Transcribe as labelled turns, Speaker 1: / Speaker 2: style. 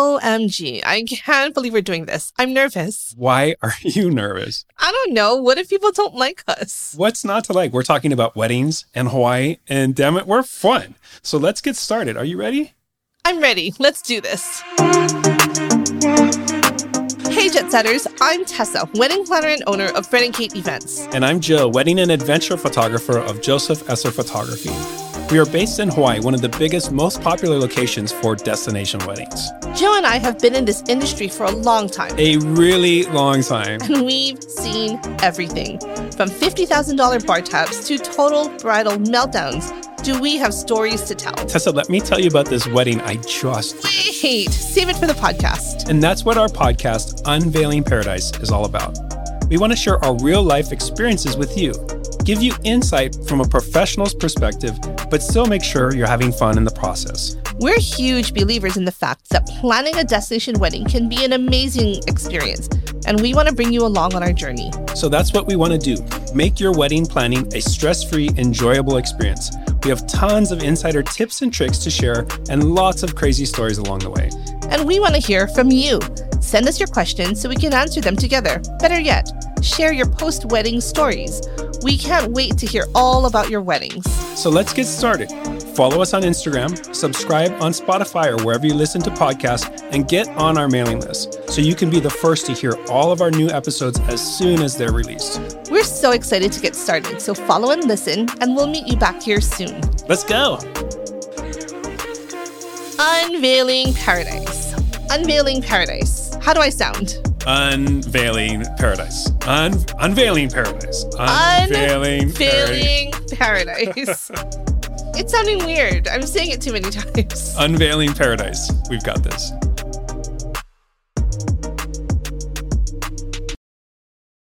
Speaker 1: OMG, I can't believe we're doing this. I'm nervous.
Speaker 2: Why are you nervous?
Speaker 1: I don't know. What if people don't like us?
Speaker 2: What's not to like? We're talking about weddings and Hawaii, and damn it, we're fun. So let's get started. Are you ready?
Speaker 1: I'm ready. Let's do this. Hey, Jet Setters. I'm Tessa, wedding planner and owner of Fred and Kate Events.
Speaker 2: And I'm Jill, wedding and adventure photographer of Joseph Esser Photography. We are based in Hawaii, one of the biggest, most popular locations for destination weddings.
Speaker 1: Joe and I have been in this industry for a long time.
Speaker 2: A really long time.
Speaker 1: and we've seen everything from $50,000 bar tabs to total bridal meltdowns. Do we have stories to tell?
Speaker 2: Tessa, let me tell you about this wedding I just.
Speaker 1: Wait, save it for the podcast.
Speaker 2: And that's what our podcast, Unveiling Paradise, is all about. We want to share our real life experiences with you, give you insight from a professional's perspective, but still make sure you're having fun in the process.
Speaker 1: We're huge believers in the fact that planning a destination wedding can be an amazing experience, and we want to bring you along on our journey.
Speaker 2: So that's what we want to do make your wedding planning a stress free, enjoyable experience. We have tons of insider tips and tricks to share and lots of crazy stories along the way.
Speaker 1: And we want to hear from you. Send us your questions so we can answer them together. Better yet, share your post wedding stories. We can't wait to hear all about your weddings.
Speaker 2: So let's get started. Follow us on Instagram, subscribe on Spotify or wherever you listen to podcasts, and get on our mailing list so you can be the first to hear all of our new episodes as soon as they're released.
Speaker 1: We're so excited to get started, so follow and listen, and we'll meet you back here soon.
Speaker 2: Let's go.
Speaker 1: Unveiling Paradise. Unveiling Paradise. How do I sound?
Speaker 2: Unveiling paradise. Un- unveiling paradise. Unveiling paradise.
Speaker 1: Unveiling Paradise. it's sounding weird. I'm saying it too many times.
Speaker 2: Unveiling paradise. We've got this.